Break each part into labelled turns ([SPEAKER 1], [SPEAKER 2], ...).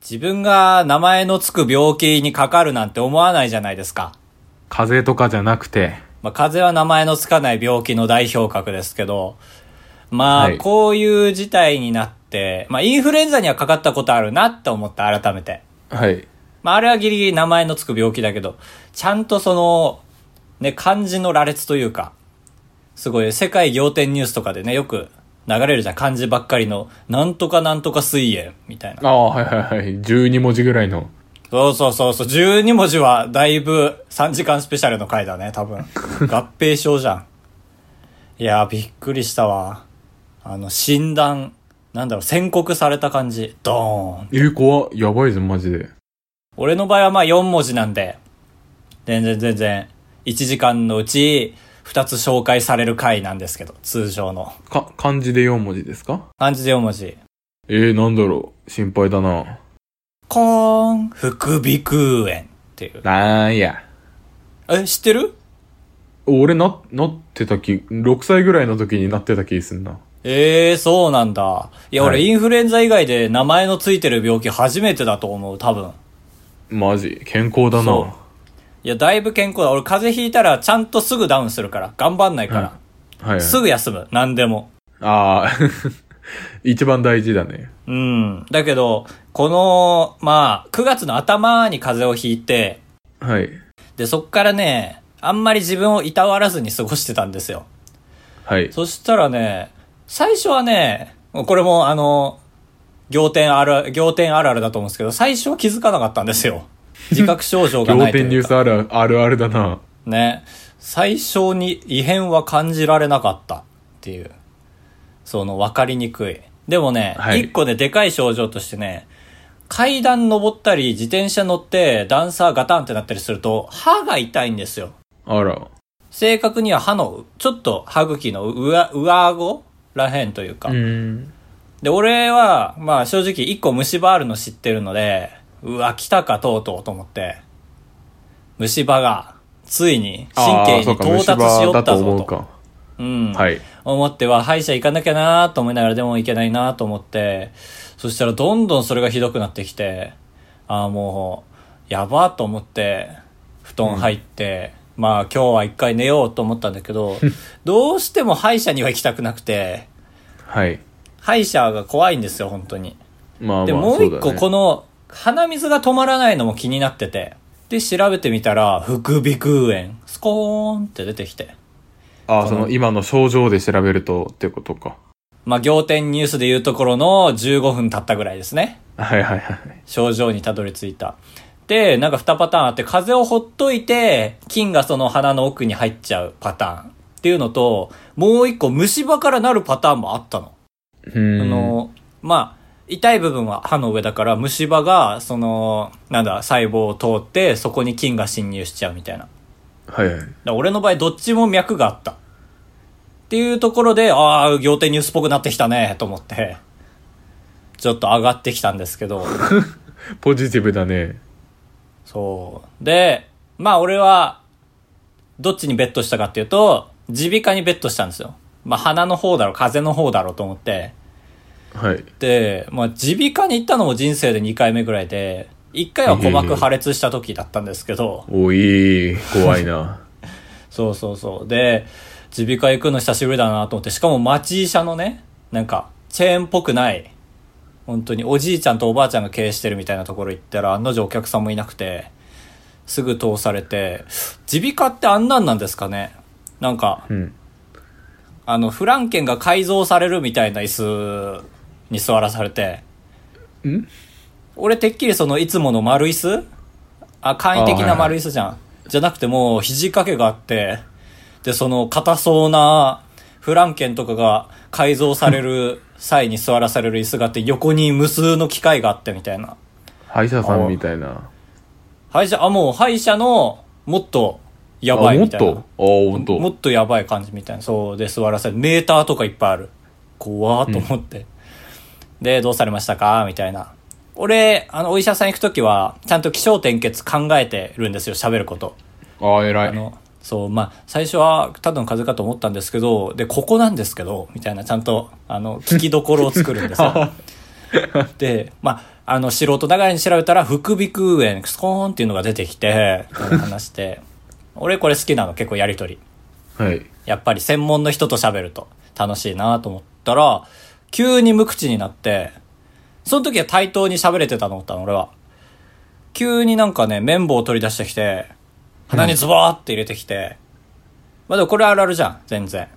[SPEAKER 1] 自分が名前のつく病気にかかるなんて思わないじゃないですか。
[SPEAKER 2] 風邪とかじゃなくて、
[SPEAKER 1] まあ、風邪は名前のつかない病気の代表格ですけど、まあ、
[SPEAKER 2] はい
[SPEAKER 1] こういう事態になって、まあ、インフルエンザにはかかったことあるなって思った、改めて。
[SPEAKER 2] はい。
[SPEAKER 1] まあ、あれはギリギリ名前のつく病気だけど、ちゃんとその、ね、漢字の羅列というか、すごい、世界仰天ニュースとかでね、よく流れるじゃん、漢字ばっかりの、なんとかなんとか水炎、みたいな。
[SPEAKER 2] ああ、はいはいはい。12文字ぐらいの。
[SPEAKER 1] そうそうそうそう、12文字はだいぶ3時間スペシャルの回だね、多分。合併症じゃん。いやー、びっくりしたわ。あの、診断、なんだろう、宣告された感じ。ドーン。
[SPEAKER 2] え、怖っ。やばいぞ、マジで。
[SPEAKER 1] 俺の場合はまあ4文字なんで、全然全然、1時間のうち2つ紹介される回なんですけど、通常の。
[SPEAKER 2] か、漢字で4文字ですか
[SPEAKER 1] 漢字で4文字。
[SPEAKER 2] えー、なんだろう。心配だな。
[SPEAKER 1] コーン、副鼻腔炎っていう。
[SPEAKER 2] なんや。
[SPEAKER 1] え、知ってる
[SPEAKER 2] 俺な、なってた気、6歳ぐらいの時になってた気すんな。
[SPEAKER 1] ええそうなんだ。いや、
[SPEAKER 2] は
[SPEAKER 1] 俺、
[SPEAKER 2] い
[SPEAKER 1] インフルエンザ以外で名前のついてる病気初めてだと思う、多分。
[SPEAKER 2] マジ、健康だ
[SPEAKER 1] そ
[SPEAKER 2] な。
[SPEAKER 1] いや、だいぶ健康だ。俺、風邪ひいたら、ちゃんとすぐダウンするから。頑張んないから。
[SPEAKER 2] はい。
[SPEAKER 1] すぐ休む。何でも。
[SPEAKER 2] ああ、 一番大事だね。
[SPEAKER 1] うん。だけど、この、まあ、9月の頭に風邪をひいて、
[SPEAKER 2] はい。
[SPEAKER 1] で、そっからね、あんまり自分をいたわらずに過ごしてたんですよ。
[SPEAKER 2] はい。
[SPEAKER 1] そしたらね、最初はね、これも、あの、仰天ある、仰天あるあるだと思うんですけど、最初は気づかなかったんです よ。自覚症状がな
[SPEAKER 2] 仰
[SPEAKER 1] いと
[SPEAKER 2] 天ニ
[SPEAKER 1] い
[SPEAKER 2] ュ
[SPEAKER 1] う
[SPEAKER 2] ース
[SPEAKER 1] か。
[SPEAKER 2] あるあるあるだな。
[SPEAKER 1] ね。最初に異変は感じられなかったっていう。その、わかりにくい。でもね、一、
[SPEAKER 2] はい
[SPEAKER 1] 個ね、でかい症状としてね、階段登ったり、自転車乗って、ダンサーガタンってなったりすると、歯が痛いんですよ。
[SPEAKER 2] あら。
[SPEAKER 1] 正確には歯の、ちょっと歯茎の上、上顎らへんというか。
[SPEAKER 2] うん。
[SPEAKER 1] で、俺は、まあ正直一個虫歯あるの知ってるので、うわ、来たかとうとうと思って、虫歯が、ついに神経に
[SPEAKER 2] そうか
[SPEAKER 1] 到達しよった
[SPEAKER 2] 虫歯だと
[SPEAKER 1] ぞ
[SPEAKER 2] 思
[SPEAKER 1] と。
[SPEAKER 2] うか。
[SPEAKER 1] うん。
[SPEAKER 2] はい。
[SPEAKER 1] 思っては、歯医者行かなきゃなーと思いながらでも行けないなーと思って、そしたらどんどんそれがひどくなってきて、ああ、もう、やばーと思って、布団入って、まあ今日は一回寝ようと思ったんだけ ど、どうしても歯医者には行きたくなくて、
[SPEAKER 2] はい。
[SPEAKER 1] 歯医者が怖いんですよ、本当に。
[SPEAKER 2] まあ
[SPEAKER 1] で、
[SPEAKER 2] まあ、
[SPEAKER 1] もう一
[SPEAKER 2] そう
[SPEAKER 1] 個
[SPEAKER 2] だね
[SPEAKER 1] この鼻水が止まらないのも気になってて。で、調べてみたら、副鼻腔炎、スコーンって出てきて。
[SPEAKER 2] ああ、その今の症状で調べるとってことか。
[SPEAKER 1] まあ、仰天ニュースで言うところの15分経ったぐらいですね。
[SPEAKER 2] はいはいはい。
[SPEAKER 1] 症状にたどり着いた。で、なんか2パターンあって、風邪をほっといて、菌がその鼻の奥に入っちゃうパターンっていうのと、もう一個虫歯からなるパターンもあったの。
[SPEAKER 2] う
[SPEAKER 1] あ
[SPEAKER 2] ん。
[SPEAKER 1] の、まあ、痛い部分は歯の上だから、虫歯が、その、なんだ、細胞を通って、そこに菌が侵入しちゃうみたいな。だか
[SPEAKER 2] はいはい。
[SPEAKER 1] ら俺の場合、どっちも脈があった。っていうところで、ああ、仰天ニュースっぽくなってきたね、と思って、ちょっと上がってきたんですけど、
[SPEAKER 2] ポジティブだね。
[SPEAKER 1] そう。で、まあ俺は、どっちにベットしたかっていうと、耳鼻科にベットしたんですよ。まあ鼻の方だろう、風邪の方だろうと思って、
[SPEAKER 2] はい。
[SPEAKER 1] で、まあ、耳鼻科に行ったのも人生で2回目ぐらいで、1回は鼓膜破裂した時だったんですけど、
[SPEAKER 2] おい、怖い な。
[SPEAKER 1] そうそうそう。で、耳鼻科行くの久しぶりだなと思って、しかも町医者のね、なんか、チェーンっぽくない、本当におじいちゃんとおばあちゃんが経営してるみたいなところ行ったら、案の定お客さんもいなくて、すぐ通されて、耳鼻科ってあんなんなんですかねなんか、
[SPEAKER 2] うん。
[SPEAKER 1] あの、フランケンが改造されるみたいな椅子に座らされて。
[SPEAKER 2] ん
[SPEAKER 1] 俺てっきりそのいつもの丸椅子あ、簡易的な
[SPEAKER 2] あはい
[SPEAKER 1] 丸椅子じゃん。じゃなくてもう肘掛けがあって、で、その硬そうなフランケンとかが改造される際に座らされる椅子があって、横に無数の機械があってみたいな。
[SPEAKER 2] 歯医者さんみたいな。
[SPEAKER 1] 歯医者、あ、もう歯医者のもっとや
[SPEAKER 2] あ、
[SPEAKER 1] ばい
[SPEAKER 2] も
[SPEAKER 1] み
[SPEAKER 2] った
[SPEAKER 1] いな。
[SPEAKER 2] と。あ、ほんと。
[SPEAKER 1] もっとやばい感じみたいな。そうで座らせる。メーターとかいっぱいある。怖ーと思って。で、どうされましたかみたいな。俺、あの、お医者さん行くときは、ちゃんと気象転結考えてるんですよ、喋ること。
[SPEAKER 2] あ、偉
[SPEAKER 1] あ
[SPEAKER 2] い。
[SPEAKER 1] の、そう、まあ、最初は、ただの風邪かと思ったんですけど、で、ここなんですけど、みたいな、ちゃんと、あの、聞きどころを作るんですよ。で、まあ、あの、素人ながらに調べたら、副鼻腔炎、スコーンっていうのが出てきて、話して、俺これ好きなの、結構やりとり。
[SPEAKER 2] はい。
[SPEAKER 1] やっぱり専門の人と喋ると楽しいなと思ったら、急に無口になって、その時は対等に喋れてたと思ったの、俺は。急になんかね、綿棒を取り出してきて、鼻にズボーって入れてきて、まあでもこれあるあるじゃん、全然。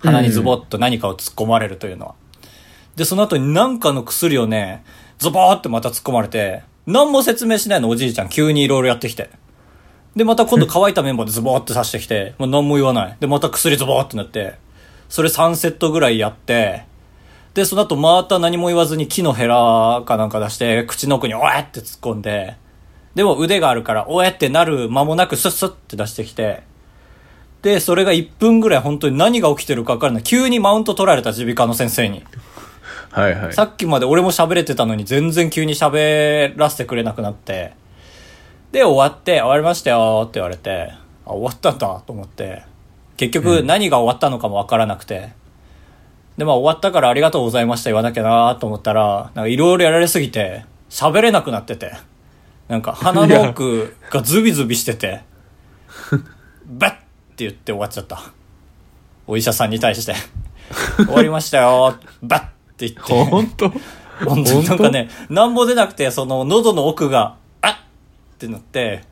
[SPEAKER 1] 鼻にズボッと何かを突っ込まれるというのは。で、その後に何かの薬をね、ズボーってまた突っ込まれて、何も説明しないの、おじいちゃん急にいろいろやってきて。で、また今度乾いた綿棒でズボーって刺してきて、もう何も言わない。で、また薬ズボーってなって、それ3セットぐらいやって、で、その後また何も言わずに木のヘラかなんか出して、口の奥におえって突っ込んで、でも腕があるから、おえってなる間もなくスッスッって出してきて、で、それが1分ぐらい本当に何が起きてるかわからない。急にマウント取られた耳鼻科の先生に。
[SPEAKER 2] はいはい。
[SPEAKER 1] さっきまで俺も喋れてたのに全然急に喋らせてくれなくなって。で、終わって、終わりましたよって言われて、あ、終わったんだと思って。結局何が終わったのかもわからなくて。で、まあ終わったからありがとうございました言わなきゃなと思ったら、なんかいろいろやられすぎて、喋れなくなってて。なんか鼻の奥がズビズビして て、バッって言って終わっちゃった。お医者さんに対して。終わりましたよバッって言って。
[SPEAKER 2] ほん と
[SPEAKER 1] 本当になんかね、なんぼ出なくて、その喉の奥が、あっってなって、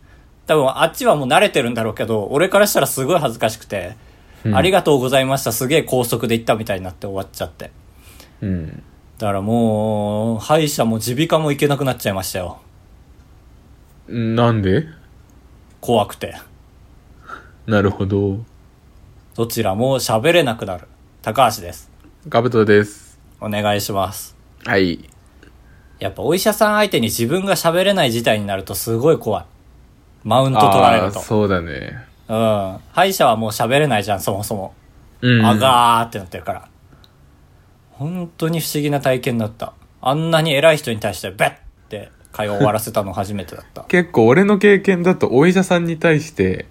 [SPEAKER 1] 多分あっちはもう慣れてるんだろうけど、俺からしたらすごい恥ずかしくて、ありがとうございました、すげえ高速で行ったみたいになって終わっちゃって。
[SPEAKER 2] うん。
[SPEAKER 1] だからもう、歯医者も耳鼻科も行けなくなっちゃいましたよ。
[SPEAKER 2] なんで
[SPEAKER 1] 怖くて。
[SPEAKER 2] なるほど。
[SPEAKER 1] どちらも喋れなくなる。高橋です。
[SPEAKER 2] カブトです。
[SPEAKER 1] お願いします。
[SPEAKER 2] はい。
[SPEAKER 1] やっぱお医者さん相手に自分が喋れない事態になるとすごい怖い。マウント取られ
[SPEAKER 2] あ
[SPEAKER 1] る
[SPEAKER 2] あ、
[SPEAKER 1] と。
[SPEAKER 2] そうだね。
[SPEAKER 1] うん。歯医者はもう喋れないじゃん、そもそも。
[SPEAKER 2] うん。
[SPEAKER 1] あがーってなってるから。本当に不思議な体験だった。あんなに偉い人に対して、べって会話を終わらせたの初めてだった。
[SPEAKER 2] 結構俺の経験だとお医者さんに対して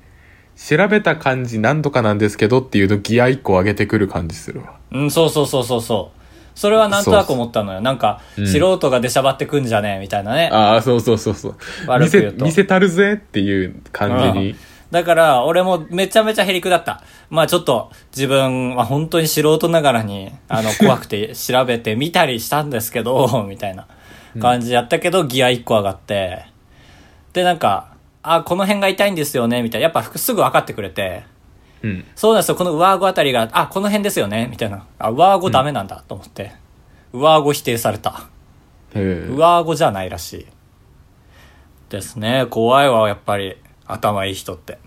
[SPEAKER 2] 調べた感じなんとかなんですけどっていうのギア1個上げてくる感じするわ
[SPEAKER 1] うん、そうそうそうそうそう。それはなんとなく思ったのよ。なんか、
[SPEAKER 2] うん
[SPEAKER 1] 素人が出しゃばってくんじゃねえ、みたいなね。
[SPEAKER 2] ああそうそうそうそう
[SPEAKER 1] 悪
[SPEAKER 2] 見
[SPEAKER 1] く言う
[SPEAKER 2] せ
[SPEAKER 1] と
[SPEAKER 2] 見せたるぜっていう感じに
[SPEAKER 1] だから、俺もめちゃめちゃへりくだった。まあちょっと、自分は本当に素人ながらに、あの、怖くて調べてみたりしたんですけど、 みたいな感じやったけど、ギア1個上がって。で、なんか、あ、この辺が痛いんですよね、みたいな。やっぱすぐ分かってくれて。
[SPEAKER 2] うん
[SPEAKER 1] そうなんですよ、この上顎あたりが、あ、この辺ですよね、みたいな。あ、上顎ダメなんだ、と思って。上顎否定された。
[SPEAKER 2] へえ
[SPEAKER 1] 上顎じゃないらしい。ですね。怖いわ、やっぱり。頭いい人って。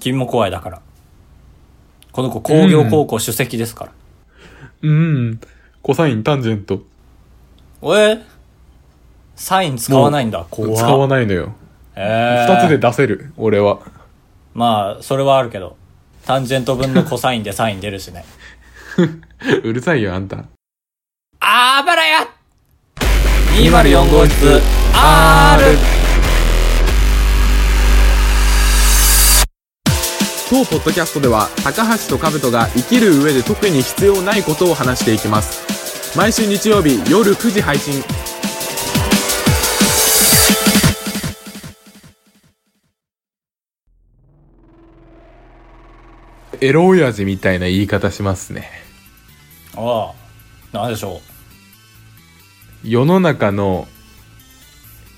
[SPEAKER 1] 君も怖いだから。この子、工業高校首席ですから。
[SPEAKER 2] うんコサインタンジェント
[SPEAKER 1] えサイン使わないんだ、怖
[SPEAKER 2] 使わ
[SPEAKER 1] い。
[SPEAKER 2] ないのよ
[SPEAKER 1] え
[SPEAKER 2] 2
[SPEAKER 1] ー、
[SPEAKER 2] つで出せる俺は
[SPEAKER 1] まあ、それはあるけど。タンジェント分のコサインでサイン出るしね。
[SPEAKER 2] うるさいよあんた
[SPEAKER 1] あばらや !204 号室 R!
[SPEAKER 2] 当ポッドキャストでは高橋と兜が生きる上で特に必要ないことを話していきます毎週日曜日夜9時配信エロ親父みたいな言い方しますね
[SPEAKER 1] ああ、なんでしょ
[SPEAKER 2] 世の中の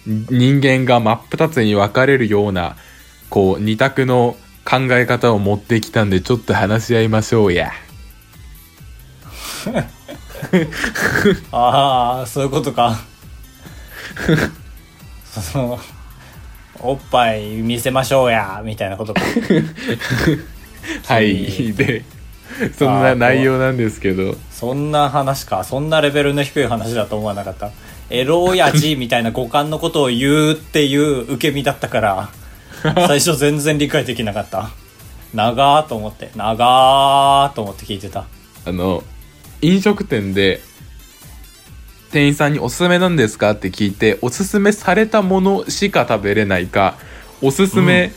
[SPEAKER 2] 人間が真っ二つに分かれるようなこう二択の考え方を持ってきたんでちょっと話し合いましょうや
[SPEAKER 1] う。ああ、そういうこと か。その、おっぱい見せましょうや、みたいなことか。
[SPEAKER 2] は
[SPEAKER 1] う
[SPEAKER 2] いでそん
[SPEAKER 1] あ
[SPEAKER 2] な
[SPEAKER 1] ー
[SPEAKER 2] 内容なんですけど
[SPEAKER 1] そんな話か。そんなレベルの低い話だと思わなかった。エロ親父みたいな五感のことを言うっていう受け身だったから、最初全然理解できなかった。長ーと思って、長ーと思って聞いてた。
[SPEAKER 2] あの飲食店で店員さんに「おすすめなんですか?」って聞いておすすめされたものしか食べれないかおすすめ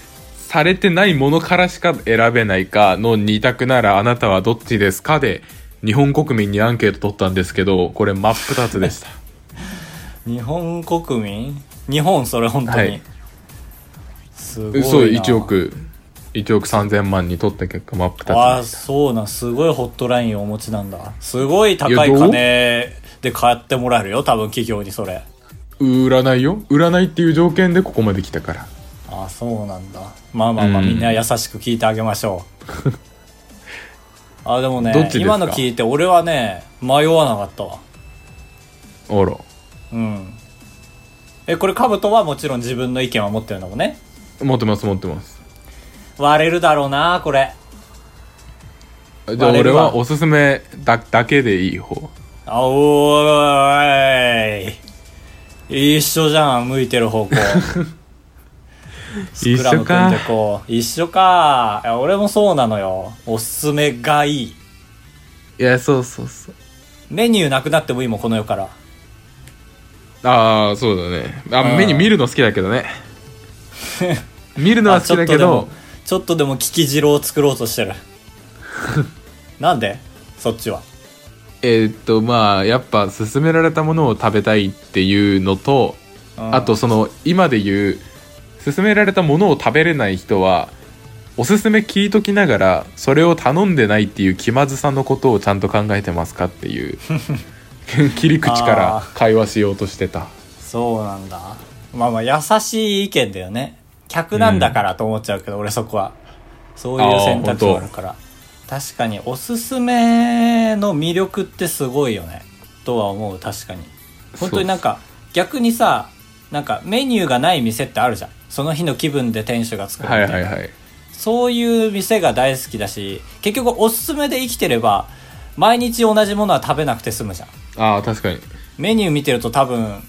[SPEAKER 2] されてないものからしか選べないかの二択ならあなたはどっちですかで日本国民にアンケート取ったんですけどこれ真っ二つでした
[SPEAKER 1] 日本国民日本それ本当に、
[SPEAKER 2] はい
[SPEAKER 1] すごいな
[SPEAKER 2] そう1億1億3000万に取った結果真っ
[SPEAKER 1] あ
[SPEAKER 2] 二
[SPEAKER 1] あ
[SPEAKER 2] つ
[SPEAKER 1] そうなんすごいホットラインをお持ちなんだすごい高い
[SPEAKER 2] いやどう
[SPEAKER 1] 金で買ってもらえるよ多分企業にそれ
[SPEAKER 2] 売らないよ売らないっていう条件でここまで来たから
[SPEAKER 1] ああそうなんだまあまあまあ、
[SPEAKER 2] うん
[SPEAKER 1] みんな優しく聞いてあげましょ うあでも
[SPEAKER 2] どっちで
[SPEAKER 1] ね
[SPEAKER 2] すか
[SPEAKER 1] 今の聞いて俺はね迷わなかったわ
[SPEAKER 2] あら
[SPEAKER 1] うんえこれカブトはもちろん自分の意見は持ってるんだもんね
[SPEAKER 2] 持ってます持ってます
[SPEAKER 1] 割れるだろうなこれ
[SPEAKER 2] じゃあ
[SPEAKER 1] 割れ
[SPEAKER 2] 俺
[SPEAKER 1] るわ
[SPEAKER 2] はおすすめだだけでいい方
[SPEAKER 1] あおーい一緒じゃん向いてる方向
[SPEAKER 2] 一
[SPEAKER 1] スク
[SPEAKER 2] 緒か
[SPEAKER 1] ラム組んでこう一緒かいや俺もそうなのよおすすめがいい
[SPEAKER 2] いやそうそうそう
[SPEAKER 1] メニューなくなってもいいもんこの世から
[SPEAKER 2] ああそうだねあ
[SPEAKER 1] うん
[SPEAKER 2] 目に見るの好きだけ どね見るのは好きだけど
[SPEAKER 1] あちょっとでもちょっとでも聞き汁を作ろうと してるなんでそっちは
[SPEAKER 2] えーっとまあやっぱ勧められたものを食べたいっていうのと
[SPEAKER 1] うん
[SPEAKER 2] あとその今で言う勧められたものを食べれない人はおすすめ聞いときながらそれを頼んでないっていう気まずさのことをちゃんと考えてますかっ ていう切り口から会話しようとしてた
[SPEAKER 1] そうなんだまあまあ優しい意見だよね客なんだからと思っちゃうけど、俺そこはそういう選択肢もあるから確かにおすすめの魅力ってすごいよねとは思う確かに本当になんか逆にさなんかメニューがない店ってあるじゃんその日の気分で店主が作るみ
[SPEAKER 2] は
[SPEAKER 1] た
[SPEAKER 2] い
[SPEAKER 1] いな、
[SPEAKER 2] はいはい
[SPEAKER 1] そういう店が大好きだし結局おすすめで生きてれば毎日同じものは食べなくて済むじゃん
[SPEAKER 2] ああ確かに
[SPEAKER 1] メニュー見てると多分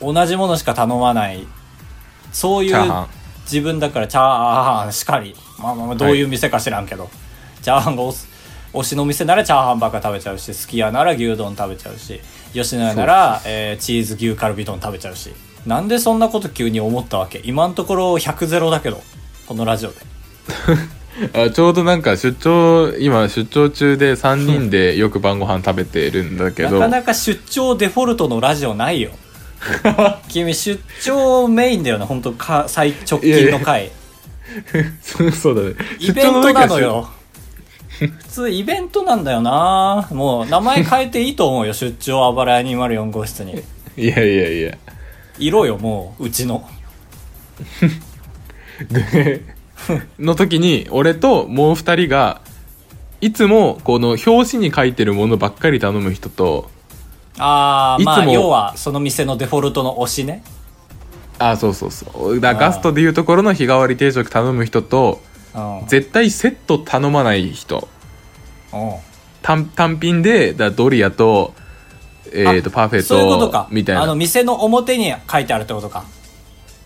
[SPEAKER 1] 同じものしか頼まないそうい
[SPEAKER 2] チャーハ
[SPEAKER 1] う
[SPEAKER 2] ン
[SPEAKER 1] 自分だからチャーハンしかりまあまあまあどういう店か知らんけど、チャーハンがおす推しの店ならチャーハンばっか食べちゃうしすき家なら牛丼食べちゃうし吉野家なら、えーチーズ牛カルビ丼食べちゃうしなんでそんなこと急に思ったわけ今のところ100ゼロだけどこのラジオで
[SPEAKER 2] あちょうどなんか出張今出張中で3人でよく晩ご飯食べてるんだけ
[SPEAKER 1] な
[SPEAKER 2] ど
[SPEAKER 1] かなか出張デフォルトのラジオない よ君出張メインだよね本当か最直近の回
[SPEAKER 2] そう そうだね
[SPEAKER 1] イベントなの
[SPEAKER 2] 出張時は
[SPEAKER 1] よ。 普通イベントなんだよなもう名前変えていいと思うよ、出張あばらや204号室に。
[SPEAKER 2] 出いやいやいや
[SPEAKER 1] いろよ、もう、うちの。
[SPEAKER 2] での時に俺ともう2人がいつもこの表紙に書いてるものばっかり頼む人と
[SPEAKER 1] あー、まあ、
[SPEAKER 2] いつも
[SPEAKER 1] 要は、その店のデフォルトの推しね。
[SPEAKER 2] あそうそうそうだ
[SPEAKER 1] あー
[SPEAKER 2] ガストでいうところの日替わり定食頼む人
[SPEAKER 1] うん。
[SPEAKER 2] と
[SPEAKER 1] うん。
[SPEAKER 2] 絶対セット頼まない人単単品でだドリアと,、えー、とパフェと
[SPEAKER 1] そういうことか。
[SPEAKER 2] みたいな
[SPEAKER 1] あの、店の表に書いてあるってことか。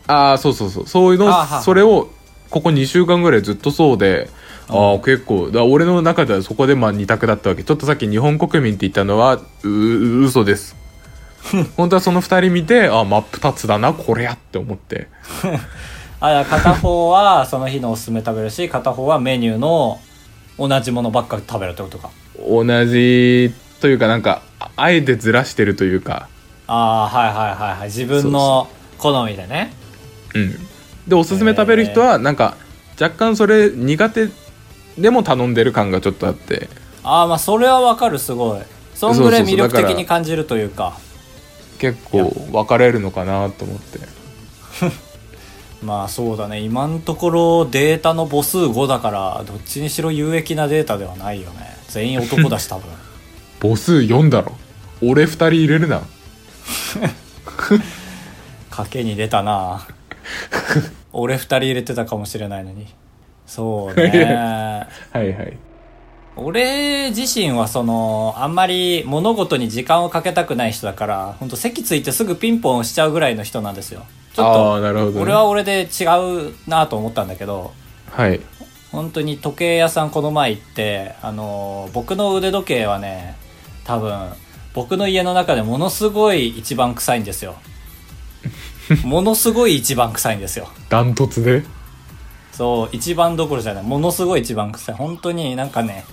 [SPEAKER 2] ああそうそうそうそういうの
[SPEAKER 1] あーはい
[SPEAKER 2] それをここ2週間ぐらいずっとそうでああ結構だから俺の中ではそこでまあ2択だったわけちょっとさっき日本国民って言ったのはうう嘘です 本当はその2人見てああ真っ二つだなこれやって思って
[SPEAKER 1] あ、だから片方は、その日のおすすめ食べるし、片方はメニューの同じものばっかり食べるってことか。
[SPEAKER 2] 同じというかなんかああえてずらしてるというか
[SPEAKER 1] あー、はいはいはいはい。自分の好みでね。
[SPEAKER 2] うんでおすすめ食べる人はなんか若干それ苦手でも頼んでる感がちょっとあって
[SPEAKER 1] ああまあそれはわかるすごいそんぐらい魅
[SPEAKER 2] そうそうそ
[SPEAKER 1] 力
[SPEAKER 2] う
[SPEAKER 1] 的
[SPEAKER 2] だから
[SPEAKER 1] に感じるというか
[SPEAKER 2] 結構分かれるのかなと思って。
[SPEAKER 1] まあそうだね今のところデータの母数5だからどっちにしろ有益なデータではないよね全員男 だし多分
[SPEAKER 2] 母数4だろ俺2人入れるな
[SPEAKER 1] 賭けに出た な俺2人入れてたかもしれないのにそう ね
[SPEAKER 2] はいはい
[SPEAKER 1] 俺自身はそのあんまり物事に時間をかけたくない人だから本当席ついてすぐピンポン押しちゃうぐらいの人なんですよちょっ
[SPEAKER 2] ああなるほど、
[SPEAKER 1] と
[SPEAKER 2] ね、
[SPEAKER 1] 俺は俺で違うなと思ったんだけど
[SPEAKER 2] はい
[SPEAKER 1] 本当に時計屋さんこの前行ってあのー僕の腕時計はね多分僕の家の中でものすごい一番臭いんですよものすごい一番臭いんですよ
[SPEAKER 2] ダントツで
[SPEAKER 1] そう一番どころじゃないものすごい一番臭い本当になんかね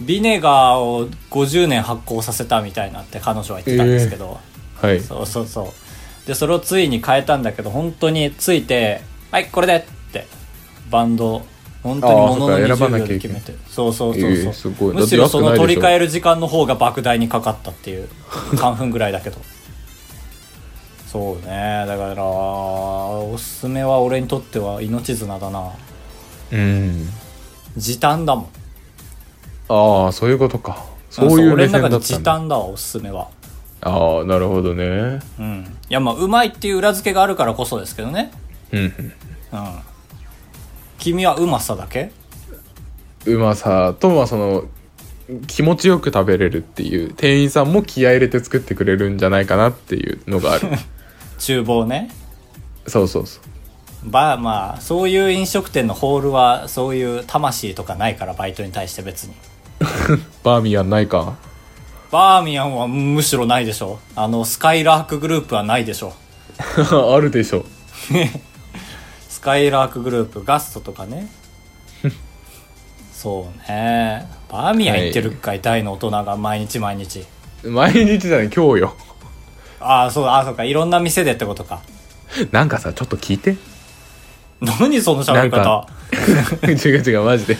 [SPEAKER 1] ビネガーを50年発酵させたみたいなって彼女は言ってたんですけど、
[SPEAKER 2] はい
[SPEAKER 1] そうそうそうでそれをついに変えたんだけど本当について「はいこれで!」ってバンド本当にものの
[SPEAKER 2] あーそっか選ば
[SPEAKER 1] 20
[SPEAKER 2] な
[SPEAKER 1] 秒
[SPEAKER 2] きゃ
[SPEAKER 1] で
[SPEAKER 2] いけ
[SPEAKER 1] 決
[SPEAKER 2] ない
[SPEAKER 1] めてそうそうそうそう、
[SPEAKER 2] えーすごい
[SPEAKER 1] むしろそ
[SPEAKER 2] だっ
[SPEAKER 1] の
[SPEAKER 2] て安くない
[SPEAKER 1] 取
[SPEAKER 2] でしょ
[SPEAKER 1] り替える時間の方が莫大にかかったっていう3分ぐらいだけどそうねだからおすすめは俺にとっては命綱だな
[SPEAKER 2] うん
[SPEAKER 1] 時短だもん
[SPEAKER 2] ああそういうことかそういう目
[SPEAKER 1] 俺の
[SPEAKER 2] 線だ
[SPEAKER 1] 中で
[SPEAKER 2] ったんだ
[SPEAKER 1] 時短だわおすすめは
[SPEAKER 2] ああなるほどね
[SPEAKER 1] うんいやまあうまいっていう裏付けがあるからこそですけどね
[SPEAKER 2] う
[SPEAKER 1] う
[SPEAKER 2] ん
[SPEAKER 1] ん君はうまさだけ
[SPEAKER 2] うまさとはその気持ちよく食べれるっていう店員さんも気合い入れて作ってくれるんじゃないかなっていうのがあ る
[SPEAKER 1] 厨房ね
[SPEAKER 2] そうそうそう
[SPEAKER 1] ばまあそういう飲食店のホールはそういう魂とかないからバイトに対して別に
[SPEAKER 2] バーミヤンないか
[SPEAKER 1] バーミヤンはむしろないでしょあのスカイラークグループはないでしょ
[SPEAKER 2] あるでしょ
[SPEAKER 1] スカイラークグループガストとかねそうねバーミヤン行ってるかい、大の大人が毎日毎日
[SPEAKER 2] 毎日じゃない今日よ
[SPEAKER 1] ああそうああそうかいろんな店でってことか
[SPEAKER 2] なんかさちょっと聞いて
[SPEAKER 1] 何その喋り
[SPEAKER 2] なん
[SPEAKER 1] 方
[SPEAKER 2] か違う違うマジで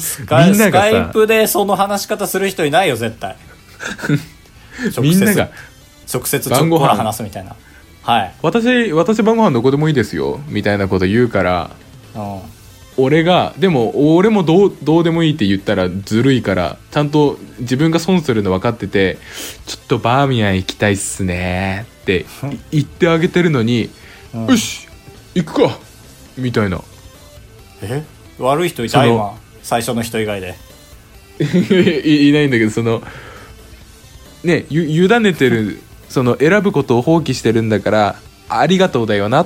[SPEAKER 1] スカイ
[SPEAKER 2] みんな
[SPEAKER 1] ス
[SPEAKER 2] がさ
[SPEAKER 1] カイプでその話し方する人いないよ絶対直接
[SPEAKER 2] みんなが
[SPEAKER 1] 直接ちょ
[SPEAKER 2] 晩
[SPEAKER 1] っ
[SPEAKER 2] ご
[SPEAKER 1] と
[SPEAKER 2] 飯
[SPEAKER 1] 話すみたいなはい、
[SPEAKER 2] 私私晩ご飯どこでもいいですよみたいなこと言うから
[SPEAKER 1] うん、
[SPEAKER 2] 俺がでも俺もどうどうでもいいって言ったらずるいからちゃんと自分が損するの分かっててちょっとバーミヤン行きたいっすねってい言ってあげてるのに、
[SPEAKER 1] うん
[SPEAKER 2] よし行くかみたいな
[SPEAKER 1] え悪い人い
[SPEAKER 2] そ
[SPEAKER 1] た
[SPEAKER 2] の
[SPEAKER 1] 今最初の人以外で
[SPEAKER 2] いいないんだけどそのねゆ委ねてるその選ぶことを放棄してるんだからありがとうだよな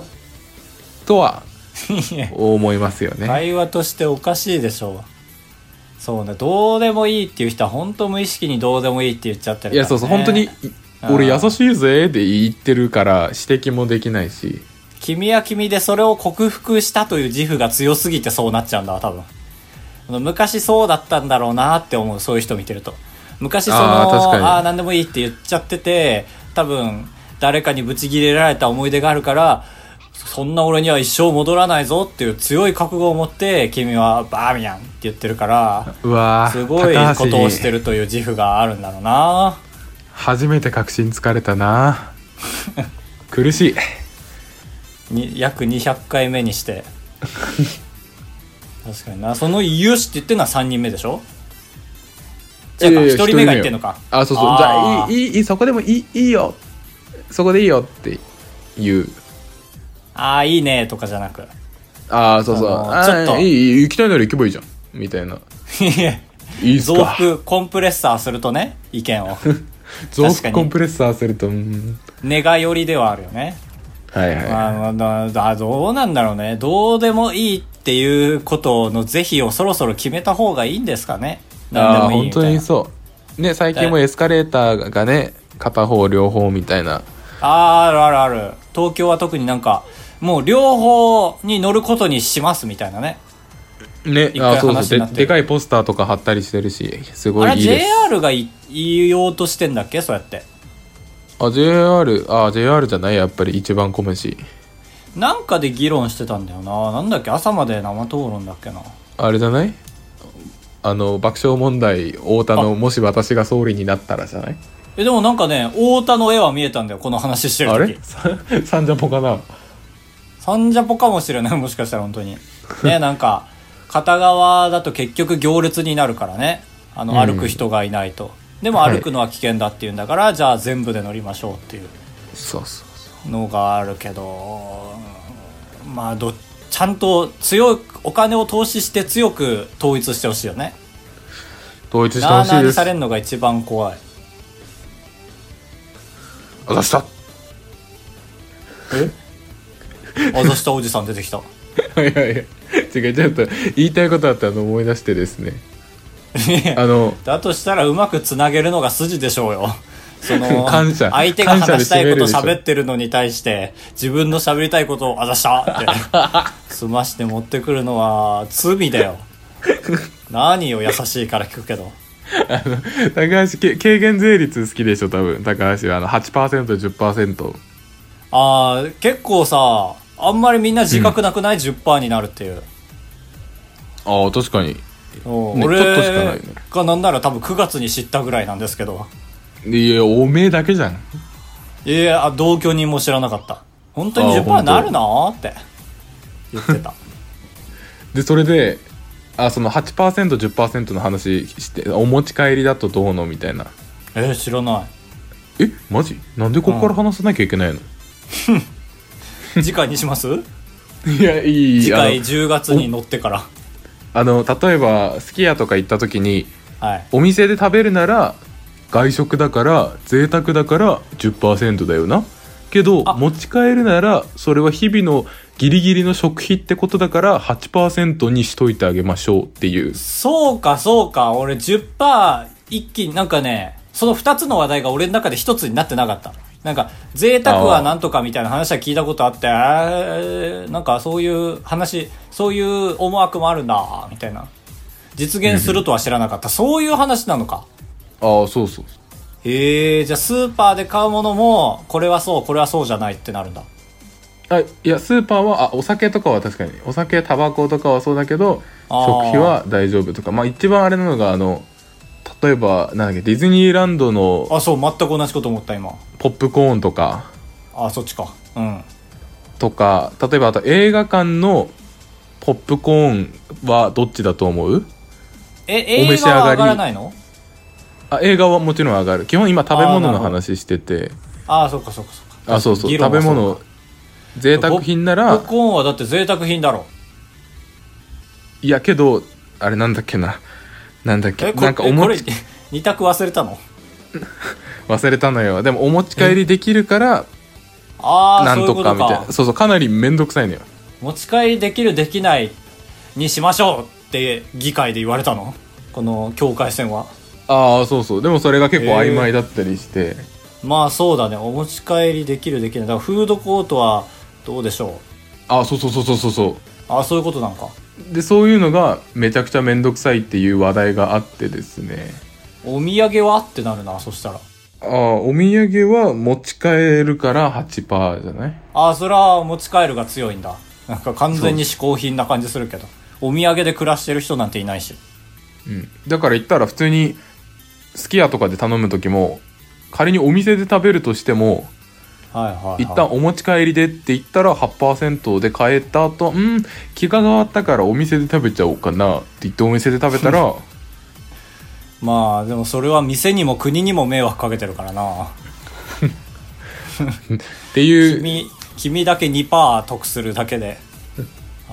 [SPEAKER 2] とはい
[SPEAKER 1] や
[SPEAKER 2] 思いますよね。
[SPEAKER 1] 会話としておかしいでしょうそうねどうでもいいっていう人は本当無意識にどうでもいいって言っちゃってるから、ね、
[SPEAKER 2] いやそうそう本当に「俺
[SPEAKER 1] あ
[SPEAKER 2] 優
[SPEAKER 1] ー
[SPEAKER 2] しいぜ」って言ってるから指摘もできないし
[SPEAKER 1] 君は君でそれを克服したという自負が強すぎてそうなっちゃうんだわ多分あの昔そうだったんだろうなって思うそういう人見てると昔その
[SPEAKER 2] あー確かに
[SPEAKER 1] あー何でもいいって言っちゃってて多分誰かにブチギレられた思い出があるからそんな俺には一生戻らないぞっていう強い覚悟を持って君はバーミヤンって言ってるから
[SPEAKER 2] うわー
[SPEAKER 1] すごいことをして
[SPEAKER 2] る
[SPEAKER 1] るという自負があるんだろうな
[SPEAKER 2] 初めて確信つかれた な苦しい
[SPEAKER 1] に約200回目にして 確かになその「よし」って言ってるのは3人目でしょじゃあ
[SPEAKER 2] いやいや
[SPEAKER 1] 1人目が言ってんのか
[SPEAKER 2] あそうそうじゃ
[SPEAKER 1] あ
[SPEAKER 2] あ
[SPEAKER 1] ー
[SPEAKER 2] いいいいいいそこでもいいいいよそこでいいよって言う
[SPEAKER 1] ああいいねとかじゃなく
[SPEAKER 2] ああそうそう
[SPEAKER 1] あのー
[SPEAKER 2] あー
[SPEAKER 1] ちょっと
[SPEAKER 2] いいいい行きたいなら行けばいいじゃんみたいないいっす
[SPEAKER 1] 増
[SPEAKER 2] か
[SPEAKER 1] 幅コンプレッサーするとね意見 を
[SPEAKER 2] 増
[SPEAKER 1] 確か
[SPEAKER 2] 幅
[SPEAKER 1] に
[SPEAKER 2] コンプレッサーするとうん
[SPEAKER 1] 願い寄りではあるよね
[SPEAKER 2] はいはい、
[SPEAKER 1] あのだどうなんだろうねどうでもいいっていうことの是非をそろそろ決めた方がいいんですかね
[SPEAKER 2] ああ
[SPEAKER 1] 何でもいい
[SPEAKER 2] 本
[SPEAKER 1] みた
[SPEAKER 2] 当
[SPEAKER 1] い
[SPEAKER 2] に
[SPEAKER 1] な
[SPEAKER 2] そうね最近もエスカレーターがね片方両方みたいな
[SPEAKER 1] あーあるあるある東京は特になんかもう両方に乗ることにしますみたいなね
[SPEAKER 2] ね
[SPEAKER 1] 一回
[SPEAKER 2] あそう
[SPEAKER 1] 話
[SPEAKER 2] そ
[SPEAKER 1] に
[SPEAKER 2] う
[SPEAKER 1] な
[SPEAKER 2] で
[SPEAKER 1] ってる
[SPEAKER 2] でかいポスターとか貼ったりしてるしすご
[SPEAKER 1] あれ
[SPEAKER 2] いいいです
[SPEAKER 1] JR がい言おうとしてんだっけそうやって
[SPEAKER 2] あ JR あ JR じゃないやっぱり一番混むし
[SPEAKER 1] なんかで議論してたんだよななんだっけ朝まで生討論だっけな
[SPEAKER 2] あれじゃないあの爆笑問題太田の「もし私が総理になったら」じゃない
[SPEAKER 1] えでもなんかね太田の絵は見えたんだよこの話してる
[SPEAKER 2] あ
[SPEAKER 1] 時
[SPEAKER 2] れさ サンジャポかな
[SPEAKER 1] サンジャポかもしれないもしかしたら本当にねなんか片側だと結局行列になるからねあの歩く人がいないと、でも
[SPEAKER 2] はい
[SPEAKER 1] 歩くのは危険だっていうんだから、じゃあ全部で乗りましょうっていう
[SPEAKER 2] そうそう
[SPEAKER 1] のがあるけどうんまあどちゃんと強いお金を投資して強く統一してほしいよね
[SPEAKER 2] 統一して
[SPEAKER 1] な
[SPEAKER 2] ほ
[SPEAKER 1] あ
[SPEAKER 2] し
[SPEAKER 1] ないあ
[SPEAKER 2] で
[SPEAKER 1] に
[SPEAKER 2] す
[SPEAKER 1] されるのが一番怖い
[SPEAKER 2] あざした
[SPEAKER 1] あざしたおじさん出てきた
[SPEAKER 2] はいはいはい違うちょっと言いたいことあったの思い出してですねあの
[SPEAKER 1] だとしたらうまくつなげるのが筋でしょう よその
[SPEAKER 2] 感謝
[SPEAKER 1] 相手が話したいこと
[SPEAKER 2] 感謝で締めるでし
[SPEAKER 1] 喋
[SPEAKER 2] ょ
[SPEAKER 1] ってるのに対して自分の喋りたいことをあざしたって 済まして持ってくるのは罪だよ何よ優しいから聞くけど
[SPEAKER 2] あの高橋け軽減税率好きでしょ多分高橋はあの 8%10%
[SPEAKER 1] ああ、結構さ、あんまりみんな自覚なくない、?10% になるっていう。
[SPEAKER 2] ああ確かに
[SPEAKER 1] おう
[SPEAKER 2] ね
[SPEAKER 1] 俺
[SPEAKER 2] ちょっとしかないね
[SPEAKER 1] がなんなら多分9月に知ったぐらいなんですけど。
[SPEAKER 2] いやおめえだけじゃん
[SPEAKER 1] いや、あ同居人も知らなかった。本当に
[SPEAKER 2] あー
[SPEAKER 1] 10%なるのって言ってた。
[SPEAKER 2] でそれであその 8%10% の話してお持ち帰りだとどうのみたいな
[SPEAKER 1] えー、知らな
[SPEAKER 2] えマジなんでここから話さなきゃいけないの、
[SPEAKER 1] い。次回にします
[SPEAKER 2] いやいいいい
[SPEAKER 1] 次
[SPEAKER 2] あの
[SPEAKER 1] 回10月に乗ってから。
[SPEAKER 2] あの例えばすき家とか行った時に
[SPEAKER 1] はい。
[SPEAKER 2] お店で食べるなら外食だから贅沢だから10%だよなけど
[SPEAKER 1] あ
[SPEAKER 2] 持ち帰るならそれは日々のギリギリの食費ってことだから8%にしといてあげましょうっていう
[SPEAKER 1] そうか、そうか。俺10%一気になんかね、その2つの話題が俺の中で1つになってなかった。なんか、贅沢はなんとかみたいな話は聞いたことあって、えーなんかそういう話、そういう思惑もあるんだ、みたいな。実現するとは知らなかった。そういう話なのか。
[SPEAKER 2] ああそうそう
[SPEAKER 1] へえ、じゃあスーパーで買うものも、これはそう、これはそうじゃないってなるんだ。
[SPEAKER 2] あいやスーパーはあお酒とかは確かにお酒タバコとかはそうだけど
[SPEAKER 1] あー
[SPEAKER 2] 食費は大丈夫とかまあ一番あれなのがあの例えばなんだっけディズニーランドの
[SPEAKER 1] あ、そう、全く同じこと思った、今。
[SPEAKER 2] ポップコーンとか
[SPEAKER 1] あ、そっちか。うん。
[SPEAKER 2] とか例えばあと映画館のポップコーンはどっちだと思う
[SPEAKER 1] え、
[SPEAKER 2] お
[SPEAKER 1] 映
[SPEAKER 2] 召し
[SPEAKER 1] 画
[SPEAKER 2] 上
[SPEAKER 1] は
[SPEAKER 2] がり
[SPEAKER 1] 上がらないの
[SPEAKER 2] あ映画はもちろん上がる基本今食べ物の話してて
[SPEAKER 1] ああ、そっかそっかそっか。
[SPEAKER 2] あそうそう
[SPEAKER 1] 議
[SPEAKER 2] 食
[SPEAKER 1] 論は
[SPEAKER 2] べ
[SPEAKER 1] そうか
[SPEAKER 2] 物贅沢品な
[SPEAKER 1] ポッ
[SPEAKER 2] ら
[SPEAKER 1] プコーンはだって贅沢品だろ。
[SPEAKER 2] いやけどあれなんだっけななんだっけ
[SPEAKER 1] え、こ
[SPEAKER 2] なんかお
[SPEAKER 1] えこ
[SPEAKER 2] も
[SPEAKER 1] れ
[SPEAKER 2] ち、
[SPEAKER 1] 二択忘れたの
[SPEAKER 2] 忘れたのよでもお持ち帰りできるから
[SPEAKER 1] ああ、
[SPEAKER 2] な
[SPEAKER 1] そ
[SPEAKER 2] ん
[SPEAKER 1] ういう
[SPEAKER 2] と
[SPEAKER 1] こと
[SPEAKER 2] かみたいな
[SPEAKER 1] か。
[SPEAKER 2] そうそうかなり面倒くさいのよ
[SPEAKER 1] 持ち帰りできる、できないにしましょうって議会で言われたのこの境界線は。
[SPEAKER 2] ああそうそうでもそれが結構
[SPEAKER 1] へー
[SPEAKER 2] 曖昧だったりして、
[SPEAKER 1] まあそうだね。お持ち帰りできる、できない。だからフードコートはどうでしょう
[SPEAKER 2] ああそうそうそうそうそうそ
[SPEAKER 1] ああ、そういうことなんか。
[SPEAKER 2] うでそういうのがめちゃくちゃ面倒くさいっていう話題があってですね
[SPEAKER 1] お土産はってなるな、そしたら。
[SPEAKER 2] ああお土産は持ち帰るから8%じゃない
[SPEAKER 1] ああ、それは持ち帰るが強いんだ。なんか完全に嗜好品な感じするけど。お土産で暮らしてる人なんていないし。
[SPEAKER 2] うん、だから言ったら普通にすき家とかで頼む時も仮にお店で食べるとしても
[SPEAKER 1] はいはい、はい。
[SPEAKER 2] 一旦お持ち帰りでって言ったら8%で変えた後うん気が変わったからお店で食べちゃおうかなって言ってお店で食べたら
[SPEAKER 1] まあでもそれは店にも国にも迷惑かけてるからな
[SPEAKER 2] っていう
[SPEAKER 1] 君君だけ2%得するだけ で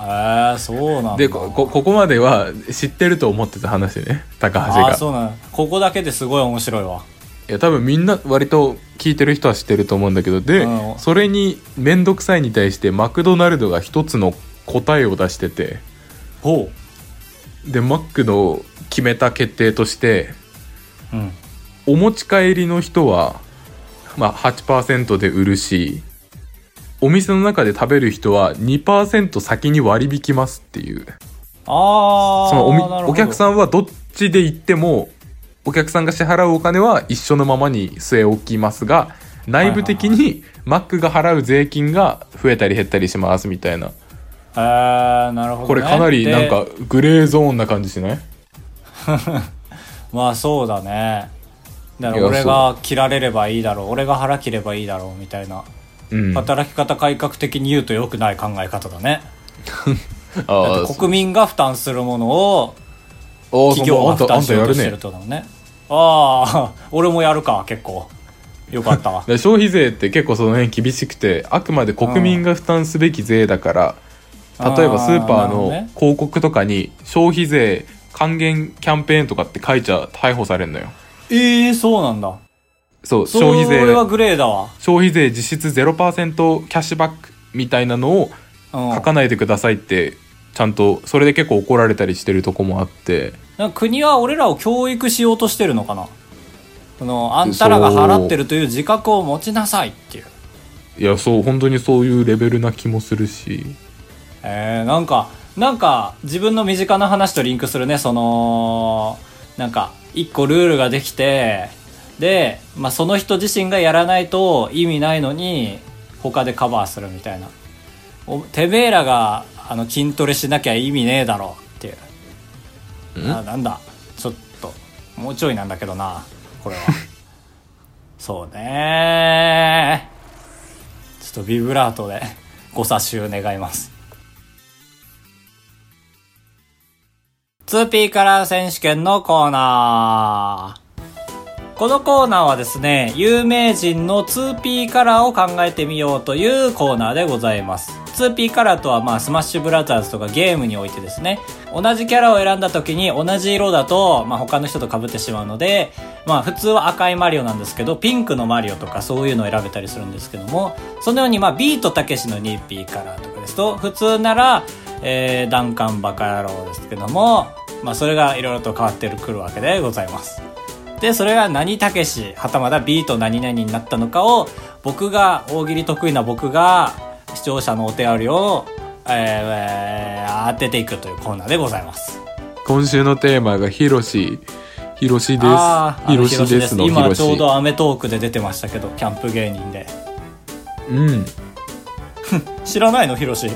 [SPEAKER 1] えー、そうなんだ
[SPEAKER 2] でここここまでは知ってると思ってた話ね高橋
[SPEAKER 1] あ
[SPEAKER 2] が
[SPEAKER 1] ーそうなんだここだけですごい面白いわ
[SPEAKER 2] いや多分みんな割と聞いてる人は知ってると思うんだけどで、
[SPEAKER 1] うん
[SPEAKER 2] それに「面倒くさい」に対してマクドナルドが一つの答えを出してて。
[SPEAKER 1] ほ
[SPEAKER 2] でマックの決めた決定として
[SPEAKER 1] ううん
[SPEAKER 2] お持ち帰りの人は、まあ、8%で売るしお店の中で食べる人は2%先に割り引きますっていう
[SPEAKER 1] ああ
[SPEAKER 2] そのおみお客さんはどっちで行ってもお客さんが支払うお金は一緒のままに据え置きますが内部的にマックが払う税金が増えたり減ったりしますみたいな
[SPEAKER 1] えー、なるほど、ね、
[SPEAKER 2] これかなりなん
[SPEAKER 1] で
[SPEAKER 2] かグレーゾーンな感じしない
[SPEAKER 1] まあそうだねだか
[SPEAKER 2] い
[SPEAKER 1] ら
[SPEAKER 2] や
[SPEAKER 1] 俺が切られればいいだろう俺が腹切ればいいだろうみたいな
[SPEAKER 2] うんあ
[SPEAKER 1] 働き方改革的に言うと良くない考え方だねだ
[SPEAKER 2] あ
[SPEAKER 1] って国民が負担するものを
[SPEAKER 2] そう
[SPEAKER 1] 企業が
[SPEAKER 2] あんた
[SPEAKER 1] 負
[SPEAKER 2] あ
[SPEAKER 1] 担
[SPEAKER 2] ん
[SPEAKER 1] したよ
[SPEAKER 2] や
[SPEAKER 1] うと
[SPEAKER 2] る
[SPEAKER 1] してる
[SPEAKER 2] ね
[SPEAKER 1] ってことだもんねああ 俺もやるか結構よかったわ
[SPEAKER 2] で消費税って結構その辺厳しくてあくまで国民が負担すべき税だから
[SPEAKER 1] うん
[SPEAKER 2] 例えばスーパ
[SPEAKER 1] あ
[SPEAKER 2] ー
[SPEAKER 1] ーなるほど
[SPEAKER 2] の
[SPEAKER 1] ね
[SPEAKER 2] 広告とかに消費税還元キャンペーンとかって書いちゃ逮捕されるのよ
[SPEAKER 1] ええそうなんだ
[SPEAKER 2] そう
[SPEAKER 1] そ
[SPEAKER 2] 消費税
[SPEAKER 1] れはグレーだわ、
[SPEAKER 2] 消費税実質0%キャッシュバックみたいなのを
[SPEAKER 1] うん、
[SPEAKER 2] 書かないでくださいってちゃんとそれで結構怒られたりしてるとこもあって
[SPEAKER 1] なんか国は俺らを教育しようとしてるのかなそのあんたらが払ってるという自覚を持ちなさいっていう
[SPEAKER 2] いやそう本当にそういうレベルな気もするし
[SPEAKER 1] えー、なんかなんか自分の身近な話とリンクするねそのなんか一個ルールができて、で、まあ、その人自身がやらないと意味ないのに、他でカバーするみたいな。おてめえらが、あの、筋トレしなきゃ意味ねえだろっていう。
[SPEAKER 2] ん
[SPEAKER 1] あ、なんだ。ちょっと、もうちょいなんだけどな、これは。そうねーちょっとビブラートでご差しを願います。2P カラー選手権のコーナー。このコーナーはですね、有名人の 2P カラーを考えてみようというコーナーでございます。2P カラーとはまあスマッシュブラザーズとかゲームにおいてですね、同じキャラを選んだ時に同じ色だと、まあ、他の人と被ってしまうので、まあ普通は赤いマリオなんですけど、ピンクのマリオとかそういうのを選べたりするんですけども、そのようにまあビートたけしの 2P カラーとかですと、普通なら、えー、ダンカンバカ野郎ですけども、まあそれがいろいろと変わってくるわけでございます。で、それが何たけし、はたまたビート何々になったのかを、僕が、大喜利得意な僕が、視聴者のお手ありを、えーえー当てていくというコーナーでございます。
[SPEAKER 2] 今週のテーマがヒロシヒロシです
[SPEAKER 1] あーあ
[SPEAKER 2] ヒ
[SPEAKER 1] の
[SPEAKER 2] ロシですのヒ
[SPEAKER 1] 今
[SPEAKER 2] ロ
[SPEAKER 1] ちょうど『
[SPEAKER 2] シ
[SPEAKER 1] アメトーク』で出てましたけどキャンプ芸人で
[SPEAKER 2] うん
[SPEAKER 1] 知らないのヒロシ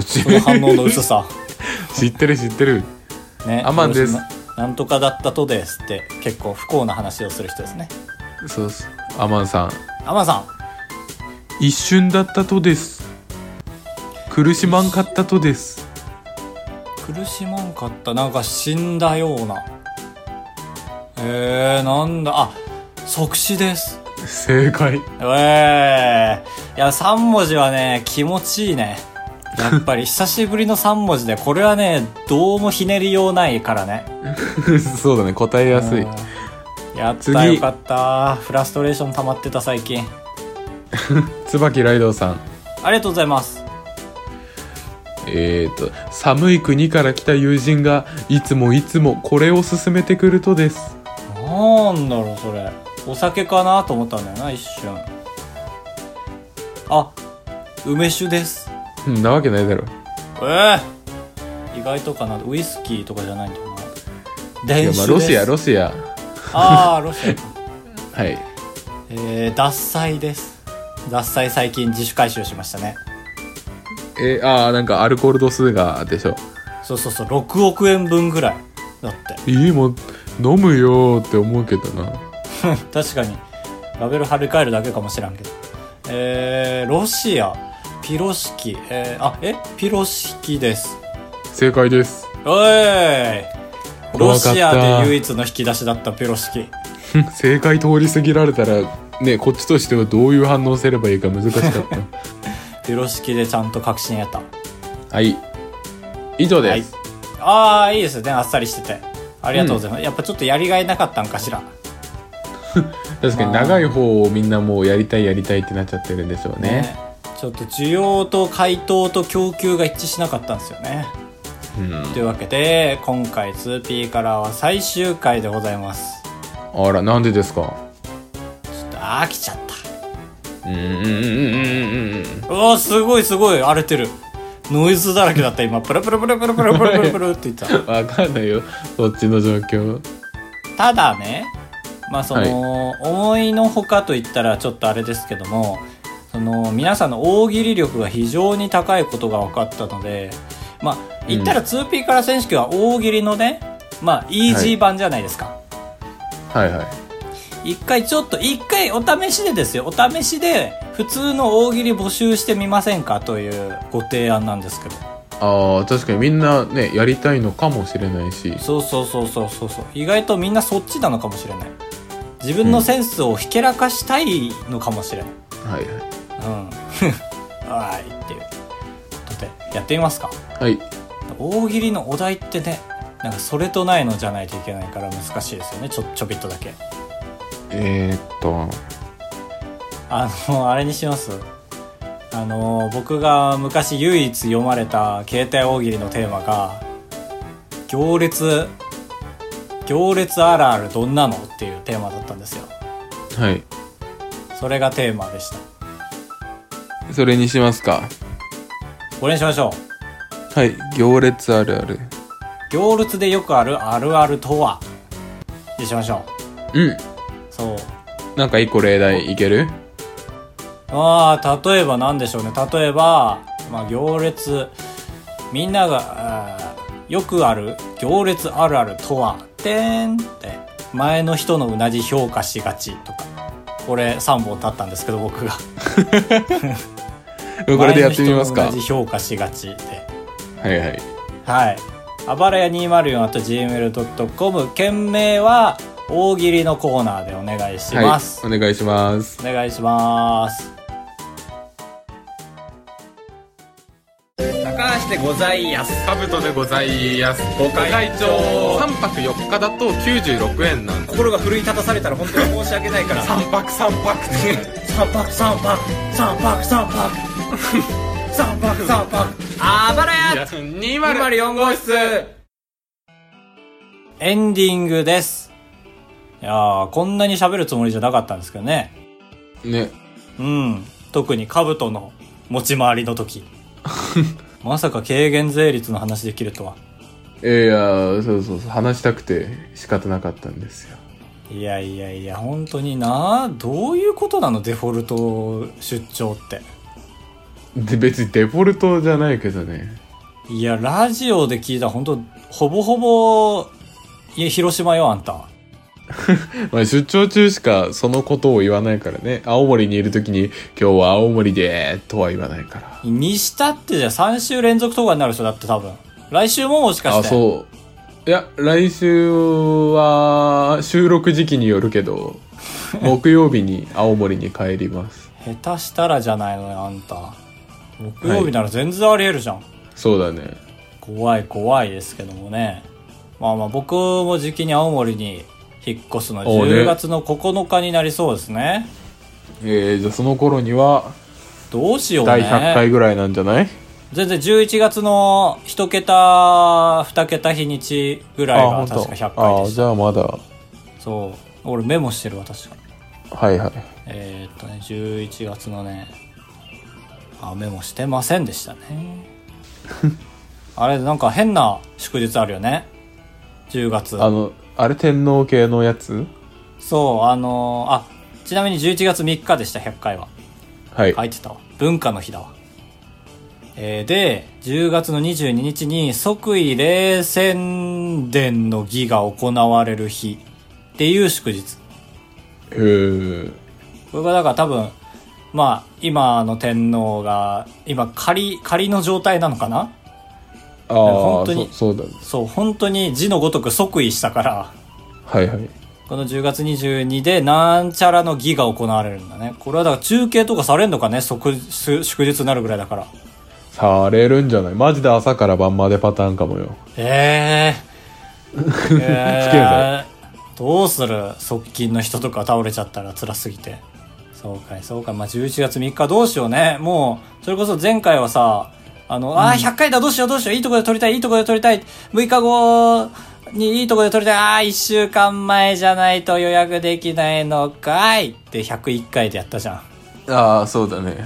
[SPEAKER 2] 知
[SPEAKER 1] その反応の薄さ
[SPEAKER 2] 知ってる知ってる
[SPEAKER 1] ね
[SPEAKER 2] アマンです
[SPEAKER 1] ヒロシななんとかだったとですって結構不幸な話をする人ですね
[SPEAKER 2] そうそうアマンさん
[SPEAKER 1] アマンさ
[SPEAKER 2] 一瞬だったとです苦しまんかったとです
[SPEAKER 1] ん苦しまんかったなんか死んだようなえー、なんだあ即死です
[SPEAKER 2] 正解
[SPEAKER 1] えー、いや3文字はね気持ちいいねやっぱり久しぶりの3文字でこれはねどうもひねりようないからね
[SPEAKER 2] そうだね答えやすい
[SPEAKER 1] うんやった
[SPEAKER 2] 次
[SPEAKER 1] よかったフラストレーション溜まってた最近
[SPEAKER 2] 椿ライドウさん
[SPEAKER 1] ありがとうございます
[SPEAKER 2] えー、と寒い国から来た友人がいつもいつもこれを勧めてくるとです
[SPEAKER 1] なんだろうそれお酒かなと思ったんだよな一瞬あ梅酒です
[SPEAKER 2] んなわけないだろ
[SPEAKER 1] ええ意外とかなウイスキーとかじゃないんだよな電
[SPEAKER 2] いやまあ
[SPEAKER 1] 酒
[SPEAKER 2] ロ
[SPEAKER 1] です
[SPEAKER 2] シアロシア
[SPEAKER 1] ああロシアか
[SPEAKER 2] はい
[SPEAKER 1] えー、脱菜です脱菜最近自主回収しましたね
[SPEAKER 2] えー、ああなんかアルコール度数がでしょ
[SPEAKER 1] そうそうそう6億円分ぐらいだって
[SPEAKER 2] いいもん飲むよーって思うけどな
[SPEAKER 1] 確かにラベル張り替えるだけかもしらんけどえー、ロシアピロシキえー、あえピロシキです
[SPEAKER 2] 正解です
[SPEAKER 1] おいロ
[SPEAKER 2] 怖かった
[SPEAKER 1] シアで唯一の引き出しだったピロシキ
[SPEAKER 2] うん正解通り過ぎられたらねこっちとしてはどういう反応すればいいか難しかった
[SPEAKER 1] ピロシキでちゃんと確信得た
[SPEAKER 2] はい以上
[SPEAKER 1] は
[SPEAKER 2] で
[SPEAKER 1] い
[SPEAKER 2] す、
[SPEAKER 1] ああいいですねあっさりしててありがとうございます、やっぱちょっとやりがいなかったんかしら
[SPEAKER 2] 確かに長い方をみんなもうやりたいやりたいってなっちゃってるんでしょうね
[SPEAKER 1] ちょっと需要と回答と供給が一致しなかったんですよね
[SPEAKER 2] うん
[SPEAKER 1] というわけで今回 2P カラーは最終回でございます
[SPEAKER 2] あらなんでですか
[SPEAKER 1] ちょっと飽きちゃった
[SPEAKER 2] うんうんうんうんうんうん
[SPEAKER 1] うわすごいすごい荒れてるノイズだらけだった今プルプルプルプルプルプルプルプルって言ってた
[SPEAKER 2] わかんないよそっちの状況
[SPEAKER 1] ただねまあその、思いのほかと言ったらちょっとあれですけどもその皆さんの大喜利力が非常に高いことが分かったのでまあ言ったら 2P から選手権は大喜利のねまあイージー版じゃないですか、
[SPEAKER 2] はいはい
[SPEAKER 1] 一回ちょっと一回お試しでですよお試しで普通の大喜利募集してみませんかというご提案なんですけど
[SPEAKER 2] あー確かにみんなねやりたいのかもしれないし
[SPEAKER 1] そうそうそうそうそうそう意外とみんなそっちなのかもしれない自分のセンスをひけらかしたいのかもしれない
[SPEAKER 2] はい
[SPEAKER 1] うん はいっていうことでやってみますか
[SPEAKER 2] はい、はい、
[SPEAKER 1] 大喜利のお題ってねなんかそれとないのじゃないといけないから難しいですよねちょちょびっとだけ
[SPEAKER 2] えー、っと
[SPEAKER 1] あの、あ れにしますあの、僕が昔唯一読まれた携帯大喜利のテーマが、行列、行列あるあるどんなのっていうテーマだったんですよ。
[SPEAKER 2] はい
[SPEAKER 1] それがテーマでした。
[SPEAKER 2] それにしますか
[SPEAKER 1] これにしましょう。
[SPEAKER 2] はい行列あるある
[SPEAKER 1] 行列でよくあるあるあるとはにしましょ
[SPEAKER 2] うん
[SPEAKER 1] う。そう。
[SPEAKER 2] なんか一個例題いける
[SPEAKER 1] まあ、例えばなんでしょうね。例えば、まあ、行列。みんなが、あーよくある、行列あるあるとは、てんって、前の人のうなじ評価しがちとか。これ3本立ったんですけど、僕が。
[SPEAKER 2] これでやってみますか
[SPEAKER 1] 前の人のうなじ評価しがちで。
[SPEAKER 2] はいはい
[SPEAKER 1] はい。あばらや 204.gmail.com。件名は、大喜利のコーナーでお願いし
[SPEAKER 2] は
[SPEAKER 1] ます。
[SPEAKER 2] いお願いします
[SPEAKER 1] お願いします高橋でございやす
[SPEAKER 2] カブトでございますご
[SPEAKER 1] 会長
[SPEAKER 2] 3泊4日だと96円なんで
[SPEAKER 1] 心が奮い立たされたら本当に申し訳ないから三
[SPEAKER 2] 3泊3泊って
[SPEAKER 1] 泊三泊三泊三泊三泊三泊あばらや
[SPEAKER 2] 204号室
[SPEAKER 1] エンディングですいやーこんなに喋るつもりじゃなかったんですけどね
[SPEAKER 2] ね
[SPEAKER 1] うん特に兜の持ち回りの時まさか軽減税率の話できるとはい
[SPEAKER 2] やそうそうそう話したくて仕方なかったんですよ
[SPEAKER 1] いやいやいや、本当にな、どういうことなの、デフォルト出張って。
[SPEAKER 2] で別にデフォルトじゃないけどね
[SPEAKER 1] いや、ラジオで聞いた、本当ほぼほぼ、いや、広島よ、あんた。
[SPEAKER 2] まあ出張中しかそのことを言わないからね青森にいる時に「今日は青森で」とは言わないから
[SPEAKER 1] にしたってじゃ、3週連続とかになる人だって多分。来週ももしか
[SPEAKER 2] あ
[SPEAKER 1] して。う。
[SPEAKER 2] そういや来週は収録時期によるけど 木曜日に青森に帰ります
[SPEAKER 1] 下手したらじゃないのよ、あんた。木曜日なら全然あり得るじゃん。
[SPEAKER 2] そうだね
[SPEAKER 1] 怖い怖いですけどもね。まあまあ、僕も時期に青森に引っ越すの、
[SPEAKER 2] おうね
[SPEAKER 1] 10月の9日になりそうですね。
[SPEAKER 2] えー、じゃあその頃には
[SPEAKER 1] どうしようね。
[SPEAKER 2] 第100回ぐらいなんじゃない、
[SPEAKER 1] 全然11月の1桁2桁日にちぐらい
[SPEAKER 2] あ
[SPEAKER 1] が
[SPEAKER 2] 本当
[SPEAKER 1] 確か100回
[SPEAKER 2] あ
[SPEAKER 1] でし
[SPEAKER 2] じ
[SPEAKER 1] た
[SPEAKER 2] ゃあまだ
[SPEAKER 1] そう俺メモしてるわ確か
[SPEAKER 2] はいはい
[SPEAKER 1] えーっとね11月のねあメモしてませんでしたねあれなんか変な祝日あるよね10月
[SPEAKER 2] あのあれ天皇系のやつ
[SPEAKER 1] そうあのーあちなみに11月3日でした100回は
[SPEAKER 2] はい、
[SPEAKER 1] 入ってたわ文化の日だわえーで10月の22日に即位冷戦伝の儀が行われる日っていう祝日
[SPEAKER 2] へー
[SPEAKER 1] これがだから多分まあ今の天皇が今仮仮の状態なのかな
[SPEAKER 2] あ
[SPEAKER 1] 本
[SPEAKER 2] あ
[SPEAKER 1] 当に
[SPEAKER 2] そそうだね
[SPEAKER 1] そう本当に字のごとく即位したから
[SPEAKER 2] はいはい
[SPEAKER 1] この10月22でなんちゃらの儀が行われるんだねこれはだから中継とかされんのかね即祝日になるぐらいだから
[SPEAKER 2] されるんじゃないマジで朝から晩までパターンかもよ
[SPEAKER 1] ええ
[SPEAKER 2] 付き合
[SPEAKER 1] えーどうする側近の人とか倒れちゃったら辛すぎてそうかいそうかいまあ11月3日どうしようねもうそれこそ前回はさあの、あー100回だどうしようどうしよういいとこで撮りたいいいとこで撮りたい6日後にいいとこで撮りたいああ1週間前じゃないと予約できないのかいって101回でやったじゃん
[SPEAKER 2] ああそうだね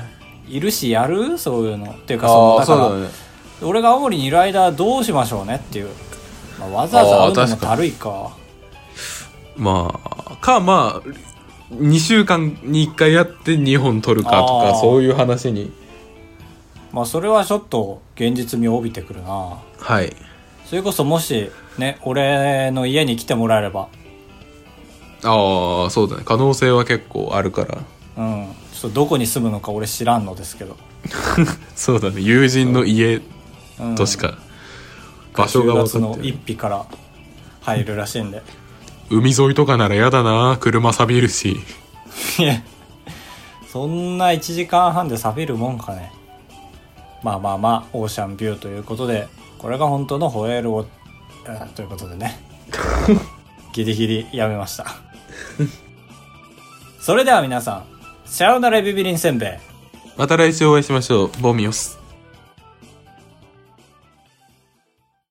[SPEAKER 1] いるしやるそういうのっていうかその
[SPEAKER 2] ああ
[SPEAKER 1] だか
[SPEAKER 2] そ
[SPEAKER 1] ら
[SPEAKER 2] うだね
[SPEAKER 1] 俺が青森にいる間どうしましょうねっていう、まあ、わざわざ会うのもたるいか
[SPEAKER 2] まあかまあ2週間に1回やって2本取るかと
[SPEAKER 1] あ
[SPEAKER 2] か
[SPEAKER 1] ー
[SPEAKER 2] そういう話に
[SPEAKER 1] まあそれはちょっと現実味を帯びてくるな
[SPEAKER 2] はい
[SPEAKER 1] それこそもしね俺の家に来てもらえれば
[SPEAKER 2] ああそうだね可能性は結構あるから
[SPEAKER 1] うんちょっとどこに住むのか俺知らんのですけど、
[SPEAKER 2] そうだね友人の家
[SPEAKER 1] うん、
[SPEAKER 2] としか場所が
[SPEAKER 1] 10月
[SPEAKER 2] 分か
[SPEAKER 1] の
[SPEAKER 2] ってる
[SPEAKER 1] 一日から入るらしいんで
[SPEAKER 2] 海沿いとかなら嫌だな車錆びるし
[SPEAKER 1] いやそんな1時間半で錆びるもんかねまあまあまあオーシャンビューということでこれが本当のホエールをうんということでね ギリギリやめましたそれでは皆さんさようならビビリンせんべい
[SPEAKER 2] また来週お会いしましょうボミオス